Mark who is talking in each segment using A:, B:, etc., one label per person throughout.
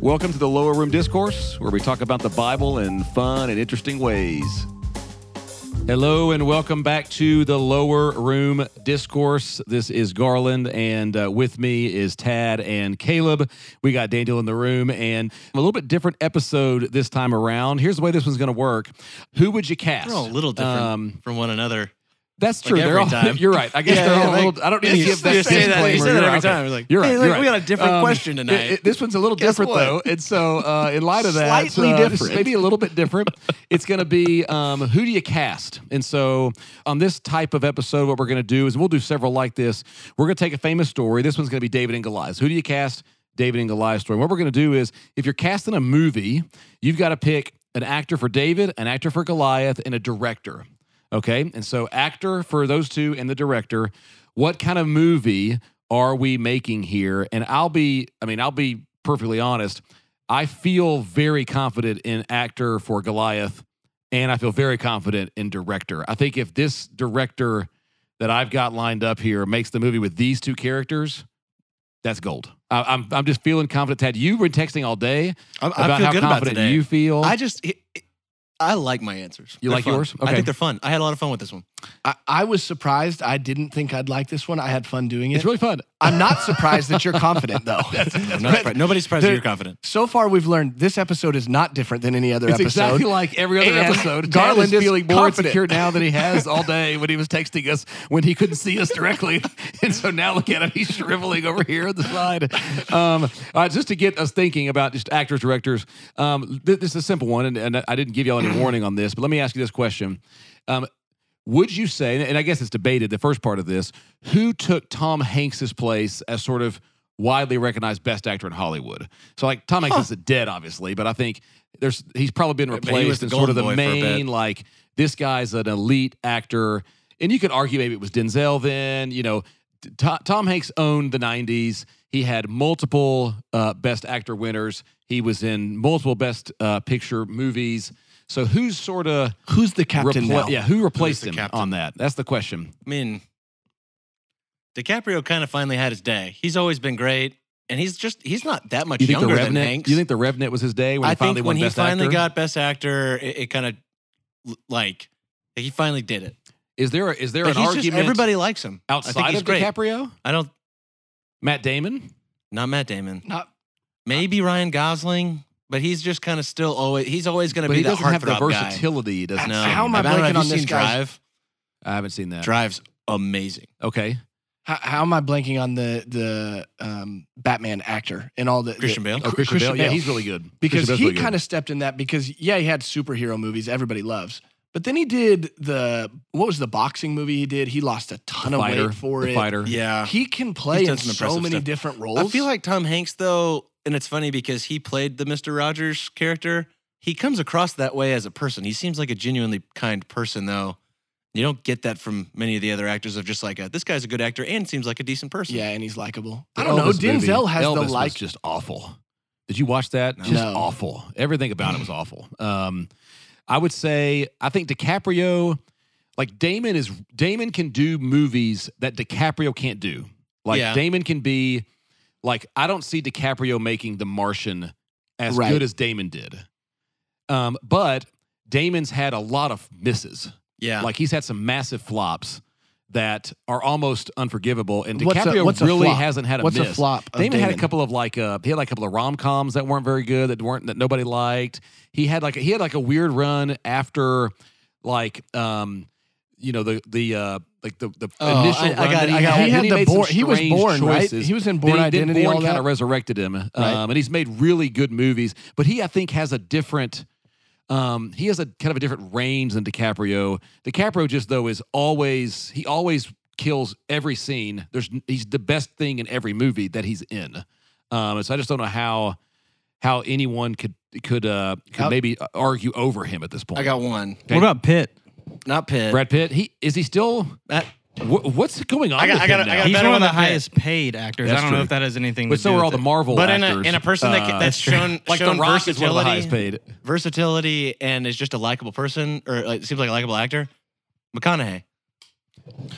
A: Welcome to the Lower Room Discourse, where we talk about the Bible in fun and interesting ways. Hello, and welcome back to the Lower Room Discourse. This is Garland, and uh, with me is Tad and Caleb. We got Daniel in the room, and a little bit different episode this time around. Here's the way this one's going to work Who would you cast?
B: They're all Oh, a little different
A: Um,
B: from one another.
A: that's true.
B: every
A: they're all,
B: time.
A: You're right. I guess
B: Yeah,
A: they're
B: yeah,
A: all a
B: like,
A: little. I don't need to
B: it's
A: give
B: just-
A: that
B: you say that-
A: disclaimer.
B: you say that
A: You're
B: every
A: right. Okay.
B: time. It's like,
A: you're right.
B: hey,
A: you're
B: look,
A: right. Um,
B: we got a different question
A: it-
B: tonight.
A: it- this one's a little
B: Guess
A: different
B: what?
A: though, and so uh, in light of that,
B: Slightly
A: uh,
B: different.
A: it's maybe a little bit different. it's going to be um, who do you cast? And so on this type of episode, what we're going to do is we'll do several like this. We're going to take a famous story. This one's going to be David and Goliath. Who do you cast? David and Goliath story. What we're going to do is if you're casting a movie, you've got to pick an actor for David, an actor for Goliath, and a director. Okay. And so, actor for those two and the director, what kind of movie are we making here? And I'll be, I mean, I'll be perfectly honest. I feel very confident in actor for Goliath, and I feel very confident in director. I think if this director that I've got lined up here makes the movie with these two characters, that's gold. I, I'm, I'm just feeling confident. Tad, you were texting all day
B: I, I
A: about
B: feel
A: how
B: good about
A: confident
B: today.
A: you feel.
B: I just, it, it- I like my answers.
A: You
B: They're
A: like
B: fun.
A: yours?
B: I
A: Okay.
B: think they're fun. I had a lot of fun with this one.
C: I, I was surprised. I didn't think I'd like this one. I had fun doing
A: it's
C: it.
A: really fun.
C: I'm not surprised that you're confident, though.
B: I'm not surprised. Nobody's surprised
C: They're-
B: you're confident.
C: so far, we've learned this episode is not different than any other
A: It's
C: episode.
A: exactly like every other
C: And
A: episode.
C: Garland
A: Garland is
C: is
A: feeling more
C: confident.
A: insecure now than he has all day when he was texting us when he couldn't see us directly, and so now look at him, he's shriveling over here on the side. Um, all right, just to get us thinking about just actors, directors. Um, th- this is a simple one, and, and I didn't give y'all any warning on this, but let me ask you this question: um, Would you say, and I guess it's debated, the first part of this, who took Tom Hanks's place as sort of widely recognized best actor in Hollywood? So like Tom Hanks is dead, obviously, but I think there's he's probably been
B: but he was
A: replaced
B: the
A: in sort of the
B: golden boy for a bit.
A: main like this guy's an elite actor, and you could argue maybe it was Denzel then. You know, t- Tom, Tom Hanks owned the '90s. He had multiple uh, Best Actor winners. He was in multiple Best uh, Picture movies. So who's sort of
C: Who's the captain now?
A: Yeah, who replaced
B: the
A: him
B: captain?
A: on that? That's the question.
B: I mean, DiCaprio kind of finally had his day. He's always been great, and he's just he's not that much
A: You think the
B: younger than
A: Revenant?
B: Hanks.
A: You think the Revenant was his day when
B: I
A: he finally
B: think
A: won
B: when he
A: Best
B: finally
A: Actor?
B: got Best Actor, it, it kind of like he finally did it.
A: is there a, is there
B: But
A: an
B: he's just-
A: argument
B: everybody likes him I think
A: outside
B: he's
A: of
B: great.
A: DiCaprio?
B: I don't.
A: Matt Damon?
B: Not Matt Damon.
C: Not-
B: maybe Ryan Gosling, but he's just kind of still always he's always going to
A: But
B: be
A: he
B: the
A: doesn't have the
B: heartthrob guy.
A: versatility. he Doesn't
B: No,
C: How am I
B: I don't know,
C: blanking
B: have you
C: on this
B: seen
C: guy's-
B: Drive?
A: I haven't seen that.
B: Drive's amazing.
A: Okay. Oh,
C: How, how am I blanking on the the um, Batman actor and all the
B: Christian
C: the,
B: Bale.
A: Oh,
C: Cr-
A: Christian,
C: Christian
A: Bale. Yeah,
C: Bale.
A: he's really good.
C: because
A: Christian Bale's
C: he
A: really good.
C: kind of stepped in that because yeah he had superhero movies everybody loves but then he did the what was the boxing movie he did he lost a ton
A: The
C: of
A: fighter,
C: weight for
A: the
C: it
A: fighter.
B: Yeah,
C: he can play
B: He's done
C: in
B: some
C: so
B: impressive
C: many
B: stuff.
C: different roles
B: I feel like Tom Hanks though, and it's funny because he played the Mister Rogers character. He comes across that way as a person. He seems like a genuinely kind person though. You don't get that from many of the other actors of just like a, this guy's a good actor and seems like a decent person.
C: yeah and he's likable
A: The
C: i don't know
A: Elvis movie,
C: denzel has
A: Elvis
C: the
A: was
C: like
A: just awful. Did you watch that?
B: No.
A: Just awful. Everything about it was awful. Um, I would say I think DiCaprio, like Damon is Damon can do movies that DiCaprio can't do. Like
B: Yeah.
A: Damon can be like I don't see DiCaprio making The Martian as
C: Right.
A: good as Damon did. Um, but Damon's had a lot of misses.
B: yeah.
A: Like he's had some massive flops that are almost unforgivable. And
C: What's a-
A: DiCaprio
C: what's a
A: really
C: flop?
A: hasn't had a
C: what's
A: miss.
C: a flop of
A: Damon, had a
C: Damon?
A: couple of like uh, he had like a couple of rom coms that weren't very good that weren't that nobody liked. He had like he had like a weird run after like um you know the the uh like the the
B: Oh,
A: initial
B: I- I
A: run
B: got
A: that
B: it,
A: he
B: I
A: had. and
B: got it.
A: then
C: he had the
A: made some
C: born he was
A: strange
C: born right
A: choices.
C: he was in born
A: Then he- then
C: identity
A: Bourne
C: all
A: kind
C: that
A: of resurrected him, um,
C: Right.
A: and he's made really good movies. But he, I think, has a different. Um, he has a kind of a different range than DiCaprio. DiCaprio just though is always he always kills every scene. There's he's the best thing in every movie that he's in. Um, and so I just don't know how how anyone could could uh could
C: Out-
A: maybe argue over him at this point.
B: I got one.
A: Okay.
D: What about Pitt?
B: Not Pitt.
A: Brad Pitt. He is he still?
B: Matt-
A: Wh- what's going on?
B: I got-
A: with
B: I got
A: him
B: a- I
A: now?
B: got a
D: He's
B: better
D: one
B: one
D: of the
B: than Pitt.
D: highest paid actors.
A: That's
D: I don't
A: true.
D: know if that has anything
A: but
D: to
A: so
D: do
A: are
D: with
A: all the
D: it.
A: Marvel
B: But in
A: actors.
B: a, in a person that
A: Uh,
B: ca- that's shown
A: like
B: shown
A: the Rock is one of the
B: versatility,
A: highest paid.
B: versatility, and is just a likable person, or like, seems like a likable actor. McConaughey.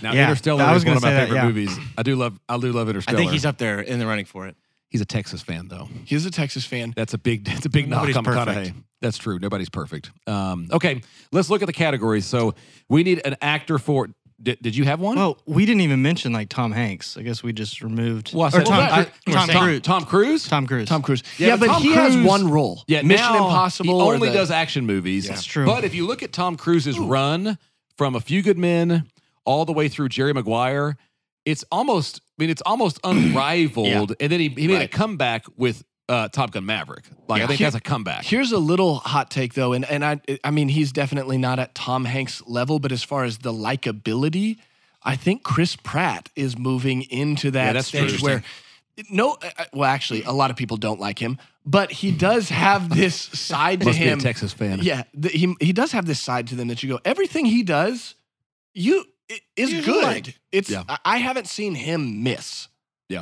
A: Now
D: Yeah,
A: Interstellar
D: I was
A: is one
D: gonna
A: of my
D: say that,
A: favorite
D: yeah.
A: movies. I do love I do love Interstellar.
B: I think he's up there in the running for it.
A: He's a Texas fan, though.
C: He is a Texas fan.
A: That's a big. That's a big
B: Nobody's
A: knock on
B: perfect.
A: McConaughey. That's true. Nobody's perfect. Um, okay, let's look at the categories. So we need an actor for. Did, did you have one?
D: Well, we didn't even mention like Tom Hanks. I guess we just removed
A: Well, I
D: or
A: said-
D: Tom,
A: well, I-
D: Cru-
A: Tom,
D: Tom, Cruise.
A: Tom Cruise.
D: Tom Cruise.
C: Tom Cruise.
A: Yeah,
C: Yeah,
A: but
C: but,
A: Tom
C: he has
A: Cruise-
C: one role.
A: Yeah,
C: Mission
A: now,
C: Impossible.
A: He
C: or
A: only
C: the-
A: does action movies.
D: That's true.
A: But if you look at Tom Cruise's run from A Few Good Men all the way through Jerry Maguire, it's almost. I mean, it's almost unrivaled. And then he, he made a
C: Right.
A: comeback with uh, Top Gun Maverick. Like I
C: Yeah.
A: think
C: Here-
A: that's a comeback.
C: Here's a little hot take though, and and I I mean he's definitely not at Tom Hanks level, but as far as the likability, I think Chris Pratt is moving into that
A: Yeah, that's
C: stage
A: interesting.
C: where no, I- I- well actually a lot of people don't like him, but he does have this side to
A: Must be a
C: him.
A: Texas fan.
C: Yeah, th- he he does have this side to them that you go everything he does, you i- is
B: You
C: good.
B: like.
C: It's
A: Yeah.
C: I- I haven't seen him miss.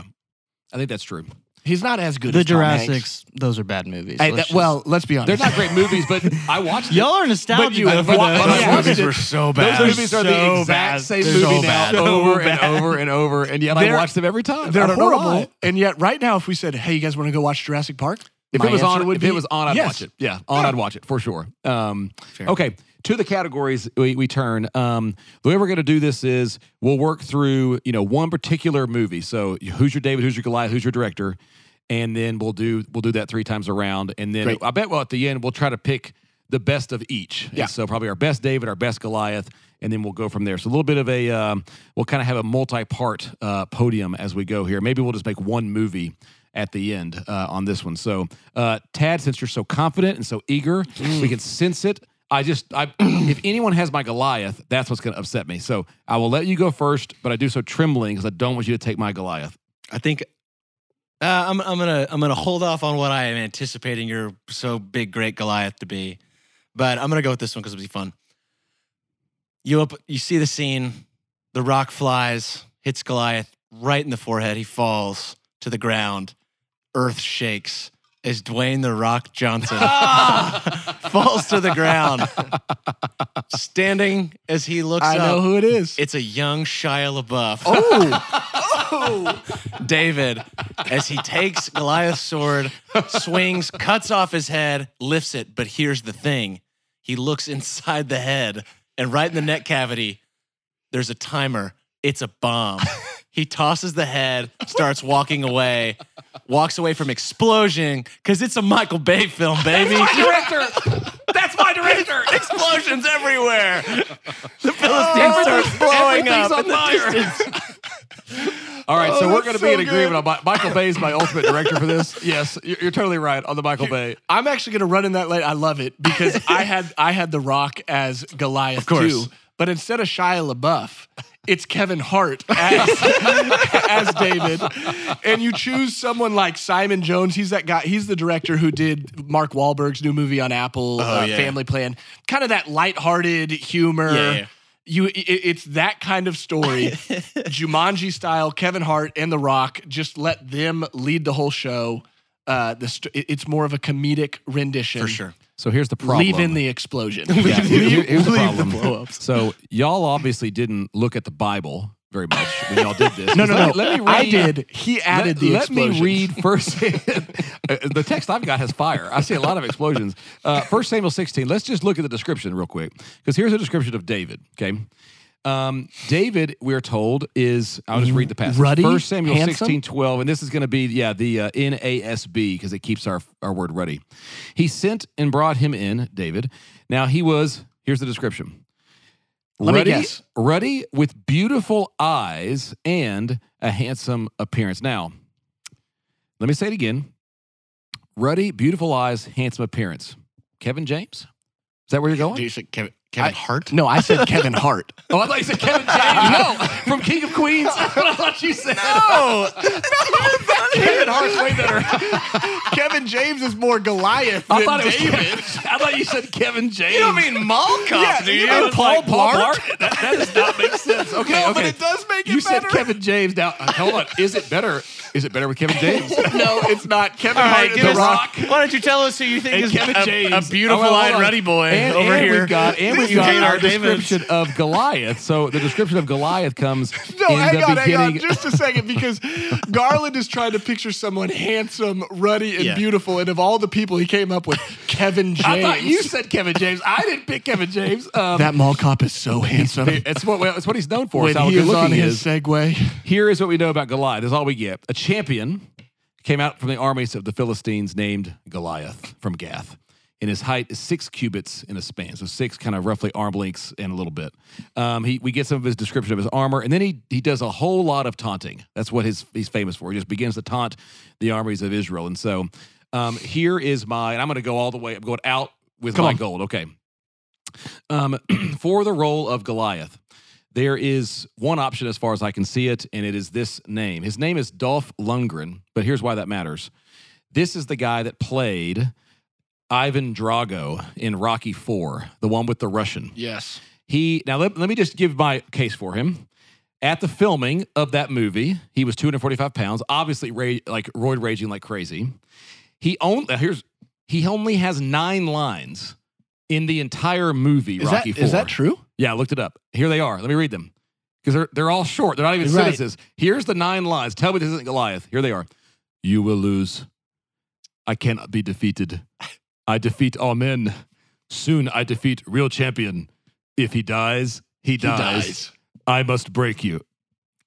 A: I think that's true.
C: He's not as good
D: the
C: as Tom Hanks.
D: Jurassics. Those are bad movies.
C: I-
D: Let's
C: that- well, let's be
A: They're
C: honest.
A: not great movies, but I watched
D: just- y'all are
A: But
D: nostalgic
A: you-
D: though, for
A: but- but-
D: those.
B: Those
A: Yeah.
B: movies were so bad.
A: Those movies are the
D: so
A: exact
D: bad.
A: same
D: They're
A: movie
D: so
A: now,
D: bad.
A: over
D: So
A: and
D: bad.
A: over and over, and yet I
C: They're-
A: watch them every time. I
C: They're
A: don't know why.
C: horrible. And yet, right now, if we said, "Hey, you guys want to go watch Jurassic Park?"
A: If
C: my
A: it was
C: answer
A: on,
C: would
A: if
C: be
A: it was on, I'd
C: yes.
A: watch it. Yeah, on, Oh, I'd watch it for sure. Um,
B: Fair.
A: okay, to the categories we, we turn. Um, the way we're going to do this is we'll work through you know one particular movie. So who's your David? Who's your Goliath? Who's your director? And then we'll do we'll do that three times around. And then
C: Great.
A: I bet well at the end we'll try to pick the best of each. And
C: Yeah.
A: so probably our best David, our best Goliath, and then we'll go from there. So a little bit of a um, we'll kind of have a multi-part uh, podium as we go here. Maybe we'll just make one movie at the end uh, on this one. So uh, Tad, since you're so confident and so eager,
C: Mm.
A: we can sense it. I just I if anyone has my Goliath, that's what's going to upset me. So I will let you go first, but I do so trembling because I don't want you to take my Goliath.
B: I think uh, I'm, I'm gonna I'm gonna hold off on what I am anticipating your so big great Goliath to be, but I'm gonna go with this one because it'll be fun. You up? You see the scene? The rock flies, hits Goliath right in the forehead. He falls to the ground. Earth shakes as Dwayne the Rock Johnson falls to the ground, standing as he looks
C: I
B: up.
C: know who it is.
B: It's a young Shia LaBeouf.
C: oh,
B: David as he takes Goliath's sword, swings, cuts off his head, lifts it. But here's the thing he looks inside the head, and right in the neck cavity, there's a timer. It's a bomb. He tosses the head, starts walking away, walks away from explosion because it's a Michael Bay film, baby.
A: Director, that's my director.
B: Explosions everywhere. The Philistines starts blowing up.
A: Everything's on
B: in the
A: fire.
B: distance.
A: All right, so
C: Oh,
A: we're
C: that's
A: going to
C: so
A: be in agreement
C: good.
A: on Mi- Michael Bay is my ultimate director for this. Yes, you're, you're totally right on the Michael Bay.
C: I'm actually gonna run in that late. I love it because I had I had The Rock as Goliath
B: course.
C: too, but instead of Shia LaBeouf, it's Kevin Hart as, as David, and you choose someone like Simon Jones. He's that guy. He's the director who did Mark Wahlberg's new movie on Apple,
A: Oh,
C: uh,
B: yeah.
C: Family Plan. Kind of that lighthearted humor.
B: Yeah, yeah.
C: You, i- i it's that kind of story, Jumanji style. Kevin Hart and The Rock just let them lead the whole show. Uh, the st- it- it's more of a comedic rendition.
B: For sure.
A: So here's the problem.
C: Leave in the explosion.
A: Yeah, here- here's the
D: leave the
A: problem. So y'all obviously didn't look at the Bible very much when y'all did this.
C: No, no, no.
A: Let- Let me read.
C: I did. He added
A: let,
C: the
A: let
C: explosion.
A: me read first. Uh, the text I've got has fire. I see a lot of explosions. Uh, First Samuel 16. Let's just look at the description real quick because here's a description of David. Okay. Um, David, we're told, is I'll just read the passage.
C: Ruddy?
A: First Samuel
C: Handsome?
A: sixteen twelve, and this is going to be yeah the uh, NASB because it keeps our our word ruddy. He sent and brought him in David. Now he was here's the description.
C: Let me
A: ruddy,
C: guess.
A: ruddy with beautiful eyes and a handsome appearance. Now, let me say it again. Ruddy, beautiful eyes, handsome appearance. Kevin James. Is that where you're going?
B: Do you think Kevin, Kevin
C: I-
B: Hart?
C: No, I said Kevin Hart.
A: Oh, I thought you said Kevin James. no, from King of Queens. That's what I thought you said.
B: No.
A: Kevin Hart's way better.
C: Kevin James is more Goliath
A: I
C: than
A: thought it was
C: David.
A: Kevin. I thought you said Kevin James.
B: mean mall cops, do
A: you mean Paul, Paul Blart? That, that does not make sense. Okay,
C: No,
A: okay.
C: but it does make it
A: you
C: better.
A: said Kevin James. Now, uh, hold on. Is it better? Is it better with Kevin James?
C: no, it's not. Kevin
B: All
C: Hart
B: right,
C: is
B: give
C: The
B: us,
C: Rock.
B: Why don't you tell us who you think
C: And
B: is
C: Kevin
B: a,
C: James.
B: a
C: Oh, well,
B: beautiful-eyed
C: hold on.
B: ruddy boy
A: and,
B: over
A: and
B: here?
A: We've got, and
C: with you.
A: got
B: Kate
A: our
B: R. Davis.
A: description of Goliath. So the description of Goliath comes
C: No,
A: in
C: hang
A: the
C: on, hang on,
A: beginning.
C: just a second, because Garland is trying to picture someone handsome, ruddy, and
B: Yeah.
C: beautiful, and of all the people he came up with, Kevin James.
A: I thought you said Kevin James. I didn't pick Kevin James. Um,
C: that mall cop is so handsome.
A: it's what well, it's what he's known for.
C: when
A: it's how
C: he
A: good
C: is
A: looking
C: on
A: he
C: his
A: is.
C: Segway,
A: Here is what we know about Goliath. This is all we get. A champion came out from the armies of the Philistines named Goliath from Gath. And his height is six cubits in a span. So six kind of roughly arm lengths and a little bit. Um, he, we get some of his description of his armor. And then he, he does a whole lot of taunting. That's what his, he's famous for. He just begins to taunt the armies of Israel. And so um, here is my, and I'm going to go all the way. I'm going out with
C: Come
A: my
C: on.
A: gold. Okay. Um, for the role of Goliath, there is one option as far as I can see it, and it is this name. His name is Dolph Lundgren, but here's why that matters. This is the guy that played Ivan Drago in Rocky Four, the one with the Russian.
C: yes,
A: He now let, let me just give my case for him. At the filming of that movie, he was 245 pounds, obviously ra- like roid raging like crazy. He only here's he only has nine lines in the entire movie.
C: is that
A: Rocky
C: is
A: Four.
C: that true?
A: Yeah, I looked it up. Here they are. Let me read them because they're, they're all short. They're not even
C: Right.
A: sentences. Here's the nine lines. Tell me this isn't Goliath. Here they are. You will lose. I cannot be defeated. I defeat all men. Soon I defeat real champion. If he dies, he, dies. I must break you.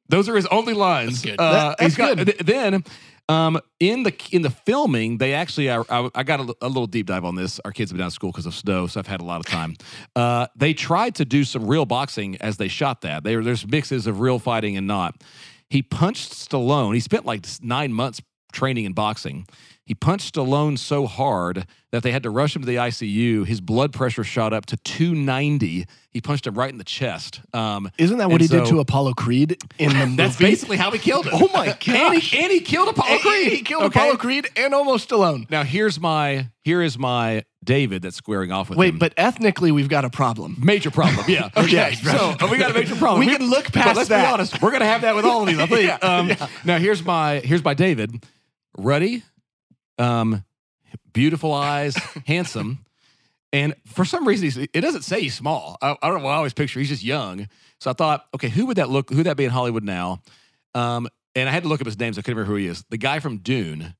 A: Those are his only lines.
C: That's good.
A: Uh,
C: That- that's
A: he's got- th- then, um, in the in the filming, they actually I, I, I got a, li- a little deep dive on this. Our kids have been out of school because of snow, so I've had a lot of time. Uh, they tried to do some real boxing as they shot that. They, there's mixes of real fighting and not. He punched Stallone. He spent like s- nine months training in boxing. He punched Stallone so hard that they had to rush him to the ICU. His blood pressure shot up to 290. He punched him right in the chest. Um,
C: Isn't that
A: And
C: what he did
A: so-
C: to Apollo Creed in the movie?
A: that's basically how he killed him.
C: Oh my
A: And
C: gosh.
A: he, and he killed Apollo
C: And he-
A: Creed.
C: He killed
A: Okay?
C: Apollo Creed and almost Stallone.
A: Now here's my here is my David that's squaring off with him.
C: Wait, but ethnically, we've got a problem.
A: major problem. Yeah.
C: Okay.
A: So uh, we got a major problem.
C: We can look past
A: but let's
C: that.
A: be honest. We're gonna have that with all of these. I think. um, Now here's my here's my David. Ruddy, um, beautiful eyes, handsome. And for some reason, he's, it doesn't say he's small. I, I don't know why I always picture he's just young. So I thought, okay, who would that look? Who would that be in Hollywood now? Um, and I had to look up his name, so I couldn't remember who he is. The guy from Dune,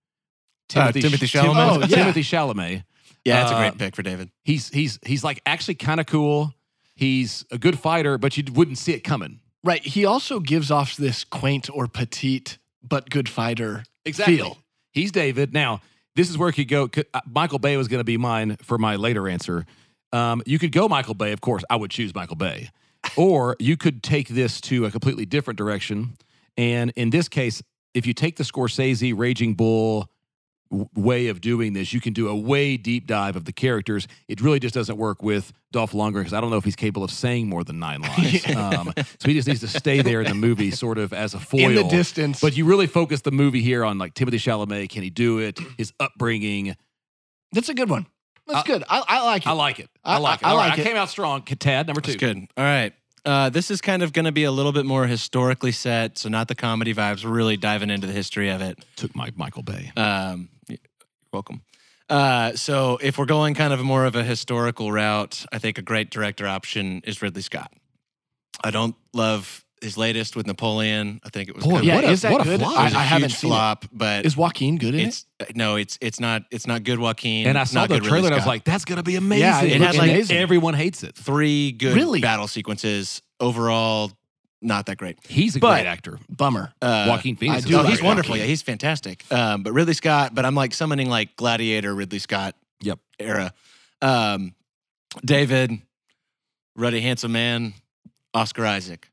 A: Timothy,
B: Timothy
A: Tim-
B: Chalamet?
A: oh,
C: Uh, Yeah.
A: Timothy Chalamet.
B: Yeah, that's a
A: Uh,
B: great pick for David.
A: He's he's he's like actually kind of cool. He's a good fighter, but you wouldn't see it coming.
C: Right. He also gives off this quaint or petite but good fighter. Feel.
A: He's David. Now, this is where it could go. could- uh, Michael Bay was going to be mine for my later answer. Um, you could go Michael Bay, of course. I would choose Michael Bay. or you could take this to a completely different direction. And in this case, if you take the Scorsese Raging Bull w- way of doing this, you can do a way deep dive of the characters. It really just doesn't work with Dolph Lundgren because I don't know if he's capable of saying more than nine lines. um, so he just needs to stay there in the movie, sort of as a foil.
C: In the distance.
A: But you really focus the movie here on like Timothy Chalamet. Can he do it? His upbringing.
C: that's a good one. That's
B: Uh,
A: I-
C: good. I, I like it.
A: I like it. I
C: I-
A: like it.
C: I- I
A: All right,
C: like it.
A: I came out strong. Tad number two.
B: That's good. All right. Uh, this is kind of going to be a little bit more historically set, so not the comedy vibes. We're really diving into the history of it.
A: Took my Michael Bay.
B: Um, you're welcome. Uh, so if we're going kind of more of a historical route, I think a great director option is Ridley Scott. I don't love his latest with Napoleon. I think it was
A: Boy,
B: kind
C: yeah,
B: of-
A: What a-
C: is that
A: what a
C: good?
A: flop.
B: it
C: I,
B: was a
C: I haven't
B: huge
C: seen
B: flop, but
C: it. Is Joaquin good in it?
B: it's uh, no, it's it's not it's not good Joaquin.
A: And I
B: It's
A: saw
B: not
A: the
B: good Ridley
A: trailer and I was
B: Scott.
A: like, that's going to be amazing.
C: Yeah, it
A: it had
B: looked
A: like
C: amazing.
A: everyone hates it.
B: three good
C: Really?
B: battle sequences. Overall, not that great.
A: He's a
B: But-
A: great actor.
C: Bummer.
B: Uh,
A: Joaquin Phoenix.
C: I
A: is
C: do
A: a great
B: no,
C: like
B: he's
A: actor.
B: wonderful. Yeah, he's fantastic. Um, but Ridley Scott, but I'm like summoning like Gladiator Ridley Scott
A: Yep.
B: era. Um, David, ruddy handsome man, Oscar Isaac.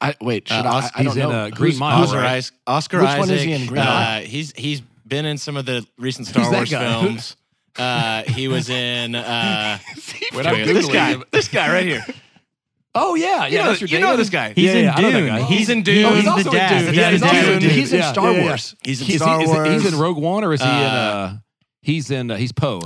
C: I, wait, should
B: uh,
C: I?
B: Os-
C: I don't
A: he's in,
C: know.
A: uh, Green
C: Who's-
A: Mile,
C: who's-
B: Oscar,
A: right?
B: Isaac. Oscar
C: Which
B: Isaac.
C: one is he in? Green
B: Uh,
C: Mile?
B: he's he's been in some of the recent Star
A: Who's that
B: Wars
A: guy? Who-
B: films. Uh, he was in uh,
A: When I'm
B: this
A: Googling
B: guy,
A: him-
B: this guy right here.
A: Oh, yeah.
B: You
A: yeah,
B: know,
A: that's your
B: you know
A: David.
B: this guy.
A: Yeah,
D: He's in
A: yeah, I know that
D: Dune.
A: guy.
D: He's in
A: Oh,
D: Dune.
A: he's
D: He's
A: also
D: the
A: in
D: dad.
A: Dune.
D: The
A: Yeah,
D: dad
A: he's
D: is
A: also
D: Dune.
A: in Dune.
C: He's in
A: Yeah,
C: Star
A: yeah, yeah.
C: Wars.
B: He's in
A: He's-
B: Star
A: he's-
B: Wars.
A: He's in Rogue One or is he in,
B: Uh,
A: uh, he's in, uh, he's Poe.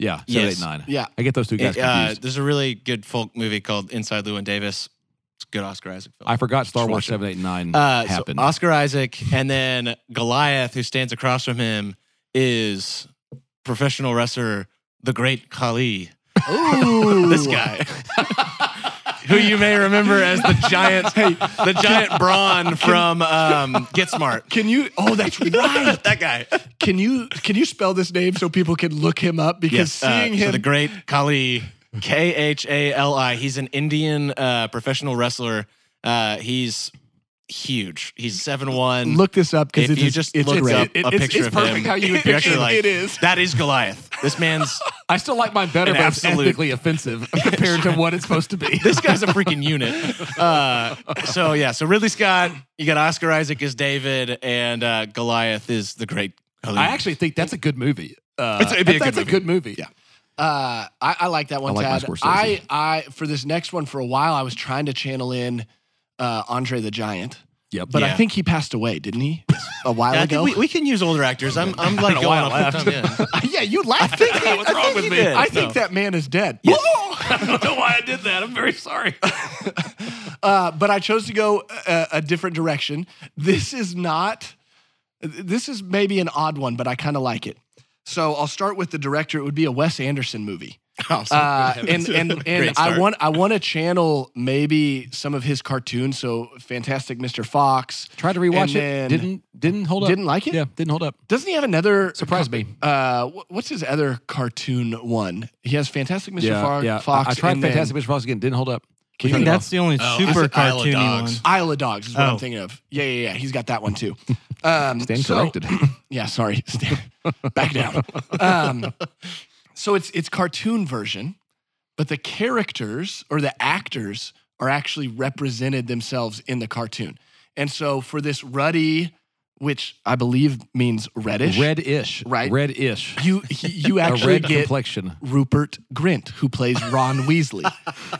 A: Yeah, seven,
B: Yes.
A: eight, nine.
C: Yeah.
A: I get those two guys
B: It, uh,
A: confused.
B: there's a really good folk movie called Inside Llewyn Davis. It's a good Oscar Isaac film.
A: I forgot Star Wars
B: Schwarzenegger.
A: 7, 8, and 9
B: uh, so
A: happened.
B: Oscar Isaac, and then Goliath, who stands across from him, is professional wrestler, the great Khali.
C: Ooh.
B: this guy. Who you may remember as the giant, the giant brawn from um, Get Smart.
C: Can you? Oh, that's right.
B: that guy.
C: Can you? Can you spell this name so people can look him up? Because
B: uh,
C: seeing
B: so
C: him,
B: the great Kali K H A L I. He's an Indian uh, professional wrestler. Uh, he's huge. He's seven one.
C: look this up because
B: if
C: it's
B: you just
C: it's
B: look
C: great.
B: up
C: It-
B: a
C: it's-
B: picture
C: it's
B: of
C: perfect
B: him,
C: How you would
B: you're
C: picture
B: actually
C: it.
B: like,
C: it is.
B: That is Goliath. This man's.
A: I still like mine better,
B: An
A: but it's
B: absolute-
A: ethically offensive compared to what it's supposed to be.
B: This guy's a freaking unit. Uh, so yeah. So Ridley Scott. You got Oscar Isaac as David, and uh, Goliath is the great. Kali.
A: I actually think that's a good movie. Uh,
B: It's- it'd be a
A: that's
B: good
A: a good movie. Yeah.
C: Uh, I, I like that one,
A: I like my
C: Tad.
A: Scorsese.
C: I, I for this next one for a while, I was trying to channel in uh, Andre the Giant,
A: Yep.
C: but I
B: Yeah.
C: think he passed away, didn't he? A while
B: Yeah, I
C: ago.
B: think we, we can use older actors. I'm I'm like going
A: while
B: off the top, yeah.
C: yeah, you laughed. I think,
A: What's wrong with
B: he
A: me?
B: did.
C: I think
B: No.
C: that man is dead.
A: I don't know why I did that. I'm very sorry.
C: Uh, but I chose to go a, a different direction. This is not, this is maybe an odd one, but I kind of like it. So I'll start with the director. It would be a Wes Anderson movie. Uh, and and, and
B: Great
C: I
B: start.
C: want I want to channel maybe some of his cartoons. So Fantastic Mr. Fox.
A: Tried to rewatch
C: And then-
A: it. Didn't didn't hold up.
C: Didn't like it?
A: Yeah, didn't hold up.
C: Doesn't he have another?
A: Surprised me.
C: Uh, wh- what's his other cartoon one? He has Fantastic Mr. Far-
A: yeah.
C: Fox.
A: I, I tried
C: and then
A: Fantastic Mr. Fox again. Didn't hold up.
D: I think that's the only
B: Oh, I
D: super
B: said Isle of
D: cartoony one.
B: Dogs.
C: Isle of Dogs is what I'm
D: Oh.
C: thinking of. Yeah, yeah, yeah. He's got that one too. Um,
A: Stand
C: so-
A: corrected.
C: Yeah, sorry. Stan- Back down. Um, so it's it's cartoon version, but the characters or the actors are actually represented themselves in the cartoon. And so for this ruddy, which I believe means reddish,
A: Red-ish.
C: Right.
A: Red-ish.
C: you you
A: A
C: actually
A: red
C: get
A: complexion.
C: Rupert Grint, who plays Ron Weasley.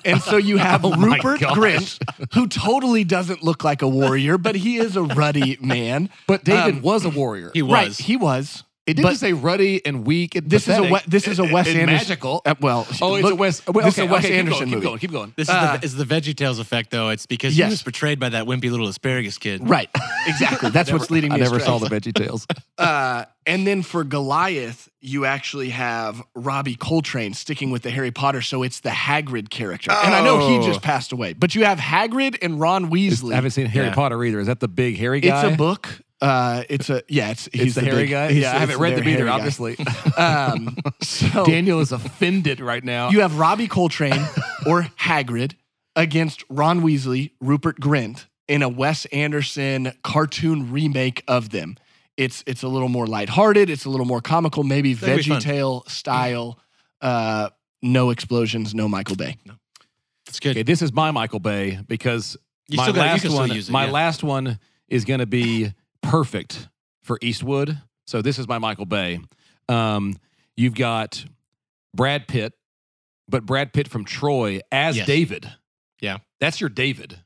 C: And so you have Rupert
A: Oh gosh.
C: Grint, who totally doesn't look like a warrior, but he is a ruddy man.
A: But David
C: Um,
A: was a warrior.
B: He was.
C: Right, he was.
A: it didn't
C: but-
A: say ruddy and weak. And
C: This is a
A: pathetic
C: we- this is a
A: and-
C: Wes
A: and
C: Anderson.
A: magical.
C: uh, well,
A: Oh, it's
C: look-
A: a Wes.
C: this is a Wes
A: keep
C: Anderson
A: going,
C: movie.
A: Keep going. Keep going.
B: This is, the, is the VeggieTales effect, though. It's because
C: Yes.
B: he was portrayed by that wimpy little asparagus kid.
C: Right, exactly. That's what's leading me.
A: I never saw
C: astray.
A: the Veggie Tales.
C: Uh, and then for Goliath, you actually have Robbie Coltrane sticking with the Harry Potter, so it's the Hagrid character. And I know he
B: Oh.
C: just passed away, but you have Hagrid and Ron Weasley.
A: I haven't seen Harry
B: Yeah.
A: Potter either. Is that the big hairy guy?
C: It's a book. Uh, it's a yeah. It's he's
A: He's the, hairy
C: big-
A: guy.
C: he's-
A: Yeah, I haven't
C: it's
A: read
C: their
A: them either.
C: hairy guy.
A: Obviously, Oh.
C: Um, so
A: Daniel is offended right now.
C: you have Robbie Coltrane or Hagrid against Ron Weasley, Rupert Grint in a Wes Anderson cartoon remake of them. It's it's a little more lighthearted. It's a little more comical, maybe
B: That'd be fun.
C: VeggieTale style. Uh, no explosions, no Michael Bay.
B: It's good.
A: Okay, this is my Michael Bay because
B: You
A: my
B: still got- you
A: last
B: can still
A: one,
B: use it,
A: my
B: yeah.
A: last one is going to be perfect for Eastwood. So this is my Michael Bay. Um, you've got Brad Pitt, but Brad Pitt from Troy as
B: Yes.
A: David.
B: Yeah.
A: that's your David.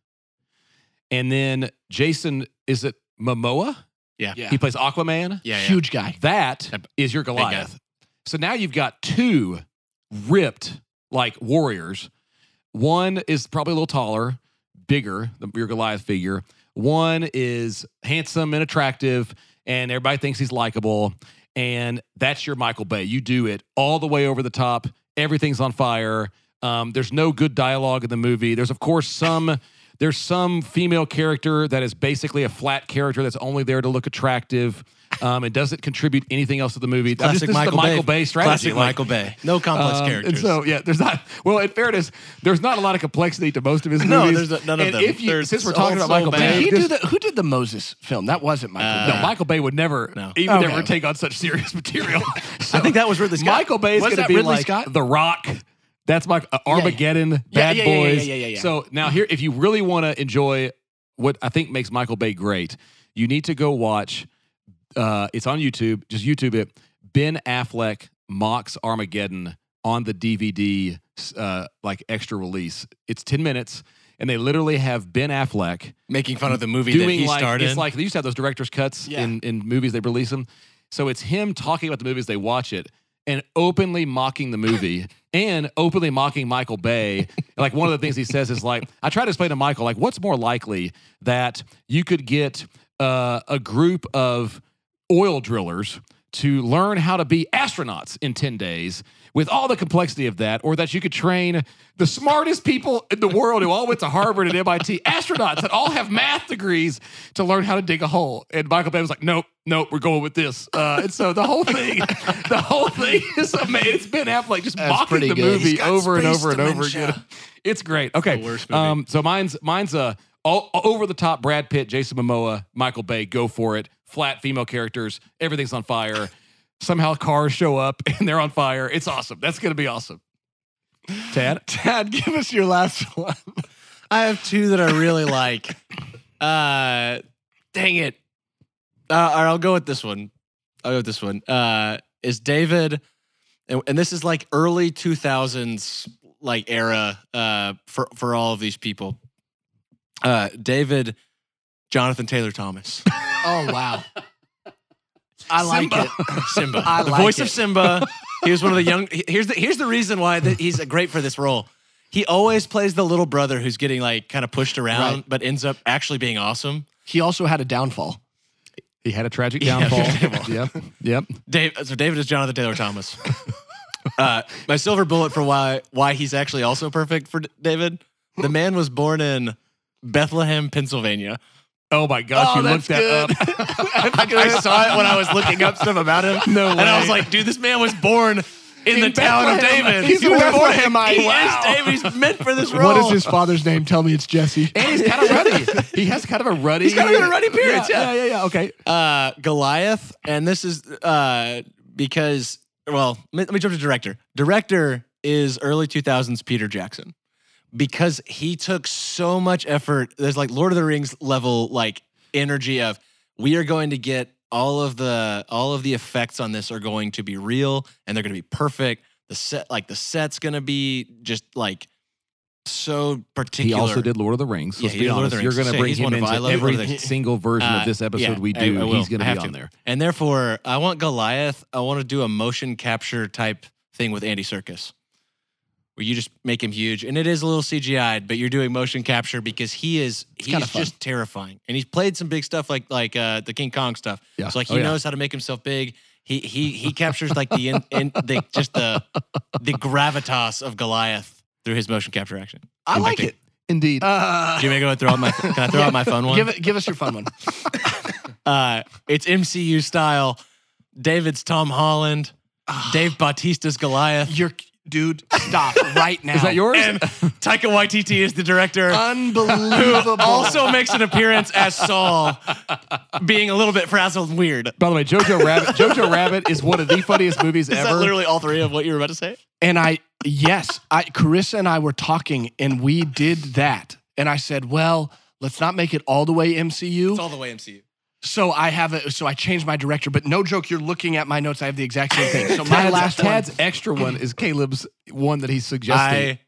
A: And then Jason, is it Momoa?
B: Yeah.
C: Yeah.
A: he plays Aquaman.
B: Yeah, yeah.
C: Huge guy.
A: That
B: That-
A: is your
B: guy.
A: Goliath. So now you've got two ripped like warriors. One is probably a little taller, bigger, the, your Goliath figure. One is handsome and attractive, and everybody thinks he's likable. And that's your Michael Bay. You do it all the way over the top. Everything's on fire. Um, there's no good dialogue in the movie. There's of course some. There's some female character that is basically a flat character that's only there to look attractive. Um, and doesn't contribute anything else to the movie. I'm just-
B: Classic
A: this is
B: Michael,
A: the Michael
B: Bay.
A: Bay, strategy.
B: Classic
A: like-
B: Michael Bay. No complex
A: um,
B: characters.
A: And so, yeah, there's not. Well, in fairness, there's not a lot of complexity to most of his
B: No,
A: movies.
B: there's none of
A: and
B: them.
A: If you,
B: There's
A: since we're
B: so-
A: talking about
B: so
A: Michael
B: bad.
A: Bay,
C: Did he
A: just-
C: do the, who did the Moses film? That wasn't Michael
B: Uh,
C: Bay.
A: no, Michael Bay would never,
B: No.
A: he would
C: Okay.
A: never take on such serious material. So
B: I think that was Ridley Scott.
A: Michael Bay is going
C: Was
A: to
C: that
A: be
C: Ridley
A: like
C: Scott?
A: The Rock. That's my uh,
C: yeah.
A: Armageddon,
C: Yeah,
A: Bad
C: yeah, yeah, yeah,
A: Boys.
C: yeah, yeah, yeah.
A: So now here, if you really want to enjoy what I think makes Michael Bay great, you need to go watch. Uh, it's on YouTube. Just YouTube it. Ben Affleck mocks Armageddon on the DVD, uh, like extra release. It's ten minutes, and they literally have Ben Affleck
B: making fun of the movie that
A: doing
B: he
A: like
B: starred
A: it's
B: in.
A: like they used to have those director's cuts
C: Yeah.
A: in, in movies they release them. So it's him talking about the movies they watch it and openly mocking the movie and openly mocking Michael Bay. And, like one of the things he says is like, I try to explain to Michael like, what's more likely that you could get uh, a group of oil drillers to learn how to be astronauts in 10 days with all the complexity of that, or that you could train the smartest people in the world who all went to Harvard and MIT, astronauts that all have math degrees to learn how to dig a hole. And Michael Bay was like, nope, nope, we're going with this. Uh, and so the whole thing, the whole thing is amazing. It's Ben Affleck just mocking
D: pretty
A: the
D: good.
A: movie
B: He's got
A: over and
B: space
A: over and over
B: dementia.
A: again. It's great. Okay.
B: The worst movie.
A: Um, so mine's mine's a all, over the top Brad Pitt, Jason Momoa, Michael Bay. Go for it. Flat female characters. Everything's on fire. Somehow cars show up and they're on fire. It's awesome. That's gonna be awesome. Tad,
C: Tad, give us your last one.
B: I have two that I really like. Uh, dang it. Uh, all right, I'll go with this one. I'll go with this one. Uh, is David, and, and this is like early 2000s like era uh, for for all of these people. Uh, David, Jonathan Taylor Thomas,
C: Oh wow. I like
A: Simba.
C: it.
B: Simba,
C: I
B: the
C: like
B: voice of
C: it.
B: Simba. He was one of the young. he- Here's the here's the reason why that he's great for this role. He always plays the little brother who's getting like kind of pushed around,
C: Right.
B: but ends up actually being awesome.
C: He also had a downfall.
A: he had a tragic
B: Yeah.
A: downfall. yep, yep.
B: Dave, so David is Jonathan Taylor Thomas. uh, my silver bullet for why why he's actually also perfect for D- David. The man was born in Bethlehem, Pennsylvania.
A: Oh my gosh,
C: Oh,
A: you looked
C: that's
A: that
C: good.
A: up.
B: I saw it when I was looking up stuff about him.
C: No
B: and I
C: way.
B: was like, dude, this man was born in, the town of
C: Bethlehem.
B: David.
C: He's a
B: He was born-
C: Bethlehemite.
B: He
C: Wow.
B: is David. He's meant for this role.
C: What is his father's name? Tell me it's Jesse.
A: And he's kind of ruddy. He has kind of a ruddy. He's
B: kind of a ruddy appearance,
A: Yeah,
B: yeah.
A: yeah, yeah. yeah. Okay.
B: uh, Goliath, and this is uh, because well, let let me jump to director. Director is early two thousands Peter Jackson because he took so much effort. There's like Lord of the Rings level like energy of we are going to get all of the all of the effects on this are going to be real and they're going to be perfect. The set like the set's going to be just like so
A: He
B: particular.
A: also did Lord of the Rings.
B: Yeah,
A: Let's
B: he
A: be
B: did Lord
A: honest.
B: of the
A: You're
B: Rings.
A: going to
B: Say
A: bring
B: he's
A: him
B: one of
A: into
B: my- I love Lord of
A: every
B: the-
A: single version
B: Uh,
A: of this episode
B: yeah,
A: we
B: I-
A: do.
B: I will.
A: he's going
B: I
A: to be
B: have
A: on
B: to.
A: there.
B: And therefore, I want Goliath. I want to do a motion capture type thing with Andy Circus, where you just make him huge, and it is a little CGI'd, but you're doing motion capture because he is
C: kinda
B: he's
C: fun.
B: just terrifying, and he's played some big stuff like like uh, the King Kong stuff.
A: Yeah.
B: So like
A: Oh,
B: he
A: yeah.
B: knows how to make himself big. He he he captures like the in, in the just the the gravitas of Goliath through his motion capture action.
C: I like it.
A: Indeed.
C: Uh,
B: Do you want me to go and throw out my can I throw out my fun one?
C: give it. Give us your fun one.
B: Uh, it's MCU style. David's Tom Holland. Dave Bautista's Goliath.
C: Your dude, stop right now.
A: Is that yours?
B: And Taika Waititi is the director.
C: Unbelievable.
B: also makes an appearance as Saul, being a little bit frazzled and weird.
A: By the way, Jojo Rabbit. Jojo Rabbit is one of the funniest movies
B: Is that
A: ever.
B: literally all three of what you were about to say?
C: And I, yes, I, Carissa and I were talking and we did that. And I said, well, let's not make it all the way MCU.
B: all the way MCU.
C: so I have a, so I changed my director, but no joke, you're looking at my notes. I have the exact same thing. So my
A: Tad's,
C: last one.
A: Tad's extra one is Caleb's one that he suggested.
B: I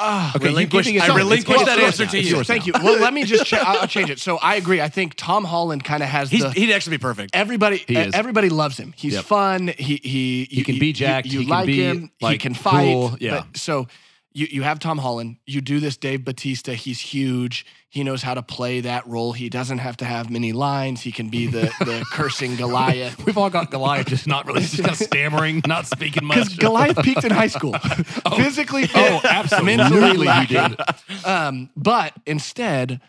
C: Ah,
A: Okay, you
B: relinquish-
A: giving us-
B: I
A: It's
B: relinquish
A: yours
B: that
A: now.
B: answer
A: It's
B: to you.
A: yours
C: Thank
A: now.
C: you. Well, let me just check. I'll I'll change it. So I agree. I think Tom Holland kind of has
B: he's,
C: the.
B: he'd actually be perfect.
C: Everybody, e,
A: He is.
C: everybody loves him. He's
A: Yep.
C: fun. He he.
A: He can be jacked.
C: You,
A: He can
C: like
A: be,
C: him. he
A: like,
C: can fight.
A: cool. Yeah.
C: But- so you you have Tom Holland. You do this Dave Batista. He's huge. He knows how to play that role. He doesn't have to have many lines. He can be the the cursing Goliath.
A: We've all got Goliath just not really, just kind of stammering, not speaking
C: Because
A: much.
C: Goliath peaked in high school, physically fit,
A: oh, absolutely
C: mentally
A: he
C: lacking.
A: did.
C: Um, but instead,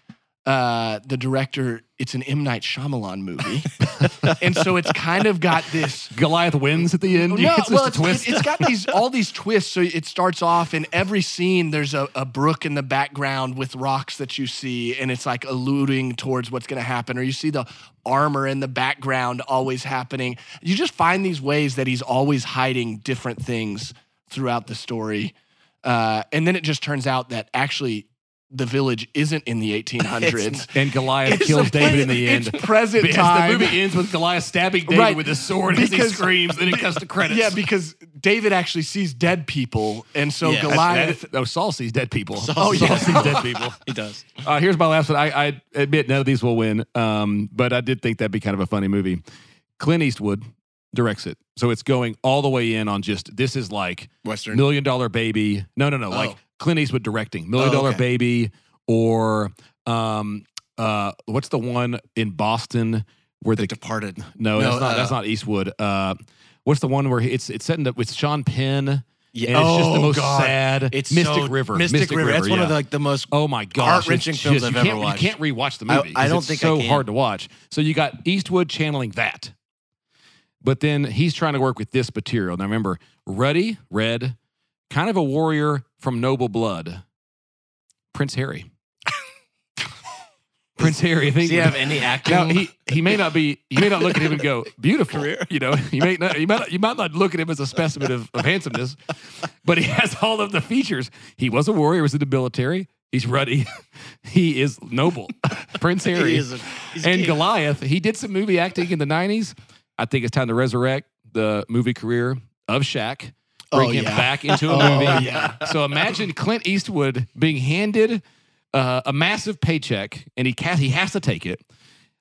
C: uh, the director, it's an M. Night Shyamalan movie. and so it's kind of got this.
A: Goliath wins at the end. You- it's just
C: Oh, well,
A: a
C: it's,
A: twist.
C: It, has got these all these twists. So it starts off in every scene. There's a, a brook in the background with rocks that you see, and it's like alluding towards what's going to happen. Or you see the armor in the background always happening. You just find these ways that he's always hiding different things throughout the story, uh, and then it just turns out that actually the village isn't in the 1800s.
A: and Goliath
C: It's
A: kills
C: a-
A: David in the end.
C: It's present
A: Because
C: time.
A: the movie ends with Goliath stabbing David
C: Right.
A: with his sword as he
C: Because-
A: screams, then it cuts the credits.
C: Yeah, because David actually sees dead people, and so
B: Yeah.
C: Goliath.
A: oh, Saul sees dead people.
B: Oh, yeah.
A: Saul sees dead people.
B: he does.
A: Uh, here's my last one. I, I admit none of these will win, um, but I did think that'd be kind of a funny movie. Clint Eastwood directs it, so it's going all the way in on just this is like
B: Western.
A: Million Dollar Baby. No, no, no. Like
B: Oh.
A: Clint Eastwood directing Million
B: Oh,
A: Dollar
B: okay.
A: Baby, or um, uh, what's the one in Boston where
B: The
A: the
B: Departed.
A: no, that's not that's
B: uh,
A: not Eastwood. Uh, what's the one where he, it's it's setting up with Sean Penn?
B: Yeah.
A: and it's just the
B: Oh,
A: most
B: God.
A: sad.
B: It's
A: Mystic
B: so-
A: River.
B: Mystic, River. That's one of
A: yeah.
B: the, like the most.
A: Oh my gosh! it's
B: wrenching films
A: just-
B: I've
A: you
B: ever
A: can't-
B: watched.
A: You can't rewatch the
B: I-
A: movie.
B: I
A: 'cause
B: don't
A: it's
B: think I
A: so
B: can.
A: hard to watch. So you got Eastwood channeling that, but then he's trying to work with this material. Now remember, Ruddy Red, kind of a warrior from noble blood, Prince Harry. Prince Harry. I think
B: Does he have any acting?
A: now he he may not be you may not look at him and go beautiful
B: Career.
A: you know you may not you might not, you might not look at him as a specimen of, of handsomeness but he has all of the features he was a warrior was in the military he's ruddy he is noble prince harry
B: He is a- he's a
A: and
B: king.
A: goliath he did some movie acting in the 90s i think it's time to resurrect the movie career of Shaq bring
C: Oh,
A: him
C: yeah.
A: back into a
C: Oh,
A: movie
C: yeah.
A: so imagine Clint Eastwood being handed uh, a massive paycheck, and he ca- he has to take it.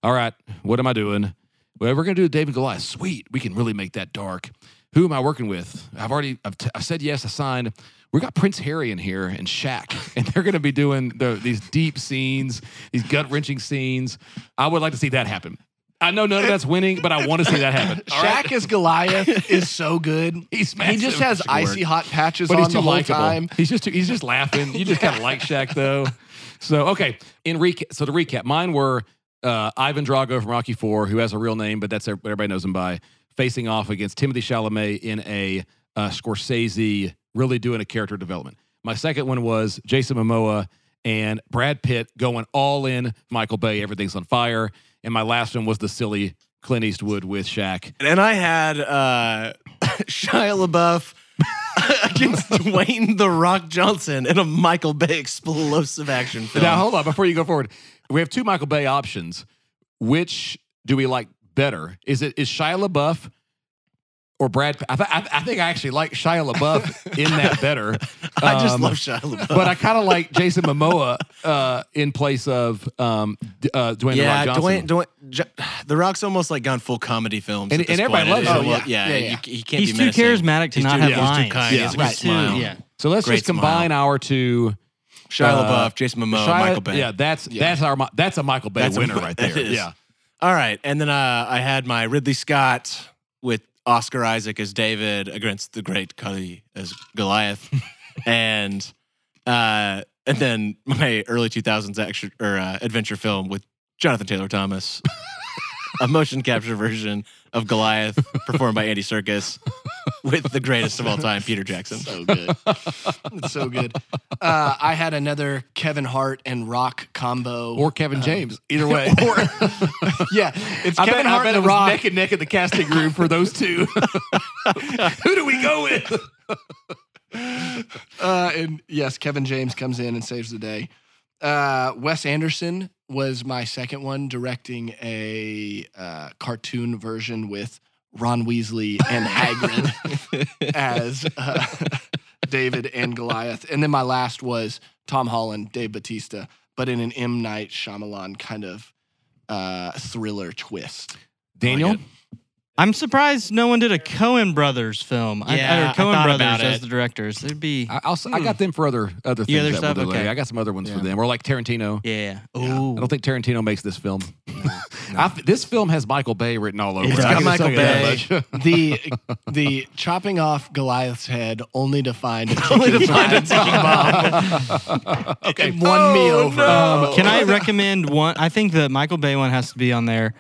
A: All right, what am I doing? Well, we're gonna do David Goliath. Sweet, we can really make that dark. Who am I working with? I've already I've, t- I've said yes. I signed. We got Prince Harry in here and Shaq, and they're gonna be doing the, these deep scenes, these gut wrenching scenes. I would like to see that happen. I know none of that's winning, but I want to see that happen. All right?
C: Shaq as Goliath is so good.
A: He's
C: he just
A: massive.
C: has
A: Good
C: icy
A: word.
C: hot patches
A: but
C: on
A: he's too
C: the whole
A: likable.
C: time.
A: He's just too, he's just laughing. You just kind of like Shaq though. So okay, in recap, so to recap, mine were uh, Ivan Drago from Rocky Four, who has a real name, but that's what everybody knows him by, facing off against Timothy Chalamet in a uh, Scorsese, really doing a character development. My second one was Jason Momoa and Brad Pitt going all in. Michael Bay, everything's on fire. And my last one was the silly Clint Eastwood with Shaq.
B: and I had uh, Shia LaBeouf against Dwayne the Rock Johnson in a Michael Bay explosive action film.
A: Now, hold on. Before you go forward, we have two Michael Bay options. Which do we like better? Is it is Shia LaBeouf or Brad? Pitt? I, th- I, th- I think I actually like Shia LaBeouf in that better.
B: I just
A: Um,
B: love Shia LaBeouf.
A: but I kind of like Jason Momoa uh, in place of um, D- uh, Dwayne
B: yeah,
A: the Rock Johnson.
B: Dwayne, Dwayne, J- The Rock's almost like gone full comedy films,
A: And-
B: at this
A: and everybody
B: point.
A: loves
B: It is
A: him. Oh,
B: almost-
C: Yeah,
B: yeah,
C: yeah,
B: you-
C: yeah.
B: he can't
D: He's
B: be
D: too
B: menacing.
D: charismatic to
B: He's
D: not
B: too-
D: have
A: yeah,
B: he's too
D: lines.
B: kind. He has a good
D: Right.
B: smile.
D: Yeah.
A: so let's
B: Great
A: just combine our two.
B: Shia
A: Uh,
B: LaBeouf, Jason Momoa,
A: Shia-
B: Michael Bay.
A: Yeah, that's that's our Mi- that's a Michael Bay
B: That's a
A: winner
B: Mi-
A: right
B: that
A: there.
B: is.
A: Yeah,
B: All right, and then uh, I had my Ridley Scott with Oscar Isaac as David against the great Cuddy as Goliath, and uh, and then my early two thousands action or uh, adventure film with Jonathan Taylor Thomas, a motion capture version of Goliath performed by Andy Serkis with the greatest of all time, Peter Jackson.
C: So good. it's so good. Uh, I had another Kevin Hart and Rock combo.
A: or
B: Uh,
A: Kevin James. Either way,
C: yeah, it's
A: I
C: Kevin
A: bet, I
C: Hart
A: bet
C: and
A: it
C: The
A: was
C: Rock.
A: neck and neck in the casting room for those two. Who do we go with?
C: Uh, and yes, Kevin James comes in and saves the day. Uh, Wes Anderson was my second one, directing a uh, cartoon version with Ron Weasley and Hagrid as uh, David and Goliath. And then my last was Tom Holland, Dave Batista, but in an M. Night Shyamalan kind of uh, thriller twist.
A: Daniel,
B: Really
D: I'm surprised no one did a Cohen Brothers film. I-
B: Yeah, I
D: or Cohen
B: thought about
D: Brothers
B: it.
D: as the directors. It'd be
A: I, I'll, si got them for other other things.
D: other
A: that
D: stuff?
A: We'll do later.
D: Okay.
A: I got some other ones for
D: Yeah.
A: them. Or like Tarantino.
D: yeah.
A: I
D: Ooh.
A: don't think Tarantino makes this film. I f this film has Michael Bay written all over it.
B: It's
A: I
B: got
A: can
B: Michael
A: tell you that
B: Bay.
A: much.
C: the the chopping off Goliath's head only to find a ticking
B: Only to find a
C: time.
B: ticking bomb.
C: okay. one me
A: Oh,
C: over.
B: no.
D: Can I recommend one? I think the Michael Bay one has to be on there.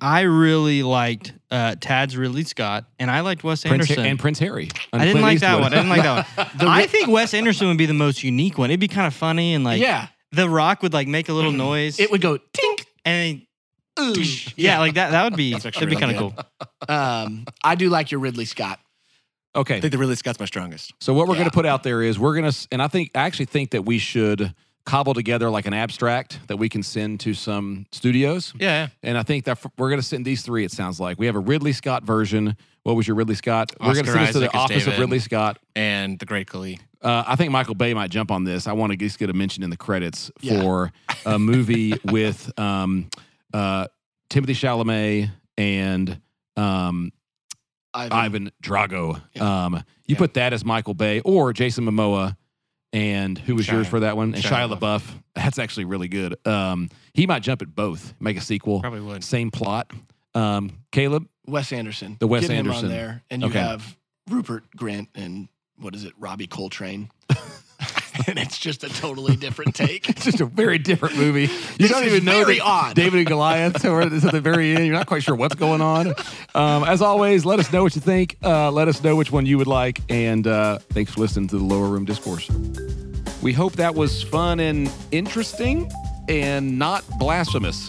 D: I really liked uh, Tad's Ridley Scott, and I liked Wes
A: Prince Ha-
D: Anderson.
A: and Prince Harry.
D: I didn't like that one. I didn't like that one. I think Wes Anderson would be the most unique one. It'd be kind of funny and like
C: yeah,
D: The Rock would like make a little noise.
C: it would go tink.
D: and then, yeah, like that. That would be
B: actually
D: that'd be
B: really
D: kind of cool.
C: Um, I do like your Ridley Scott.
B: I
A: okay.
B: think the Ridley Scott's my strongest.
A: So what we're
C: Yeah.
A: going to put out there is we're going to, and I think I actually think that we should cobble together like an abstract that we can send to some studios.
B: Yeah.
A: And I think that f- we're going to send these three. It sounds like we have a Ridley Scott version. What was your Ridley Scott? we're going to
B: Oscar
A: send this to the
B: Isaac as
A: office of
B: David.
A: Ridley Scott.
B: And the great Khalid.
A: Uh, I think Michael Bay might jump on this. I want to just get a mention in the credits
C: Yeah.
A: for a movie with um, uh, Timothy Chalamet and um,
C: Ivan.
A: Ivan Drago.
C: Yeah.
A: Um, you
C: Yeah.
A: put that as Michael Bay or Jason Momoa And who was
B: Shia.
A: yours for that one? And
B: Shia
A: Shia, LaBeouf. That's actually really good. Um, he might jump at both, make a sequel,
B: Probably would.
A: same plot. Um, Caleb,
C: Wes Anderson.
A: The Wes
C: Get him
A: Anderson.
C: on there, and you
A: Okay.
C: have Rupert Grant and what is it, Robbie Coltrane. and it's just a totally different take.
A: it's just a very different movie. You
C: This
A: don't
C: is
A: even know
C: very
A: that
C: odd.
A: David and Goliath are at the very end. You're not quite sure what's going on. Um, as always, let us know what you think. Uh, let us know which one you would like. And uh, thanks for listening to the Lower Room Discourse. We hope that was fun and interesting and not blasphemous.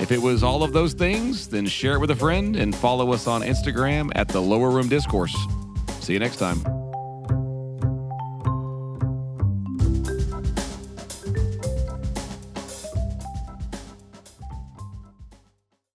A: If it was all of those things, then share it with a friend and follow us on Instagram at the Lower Room Discourse. See you next time.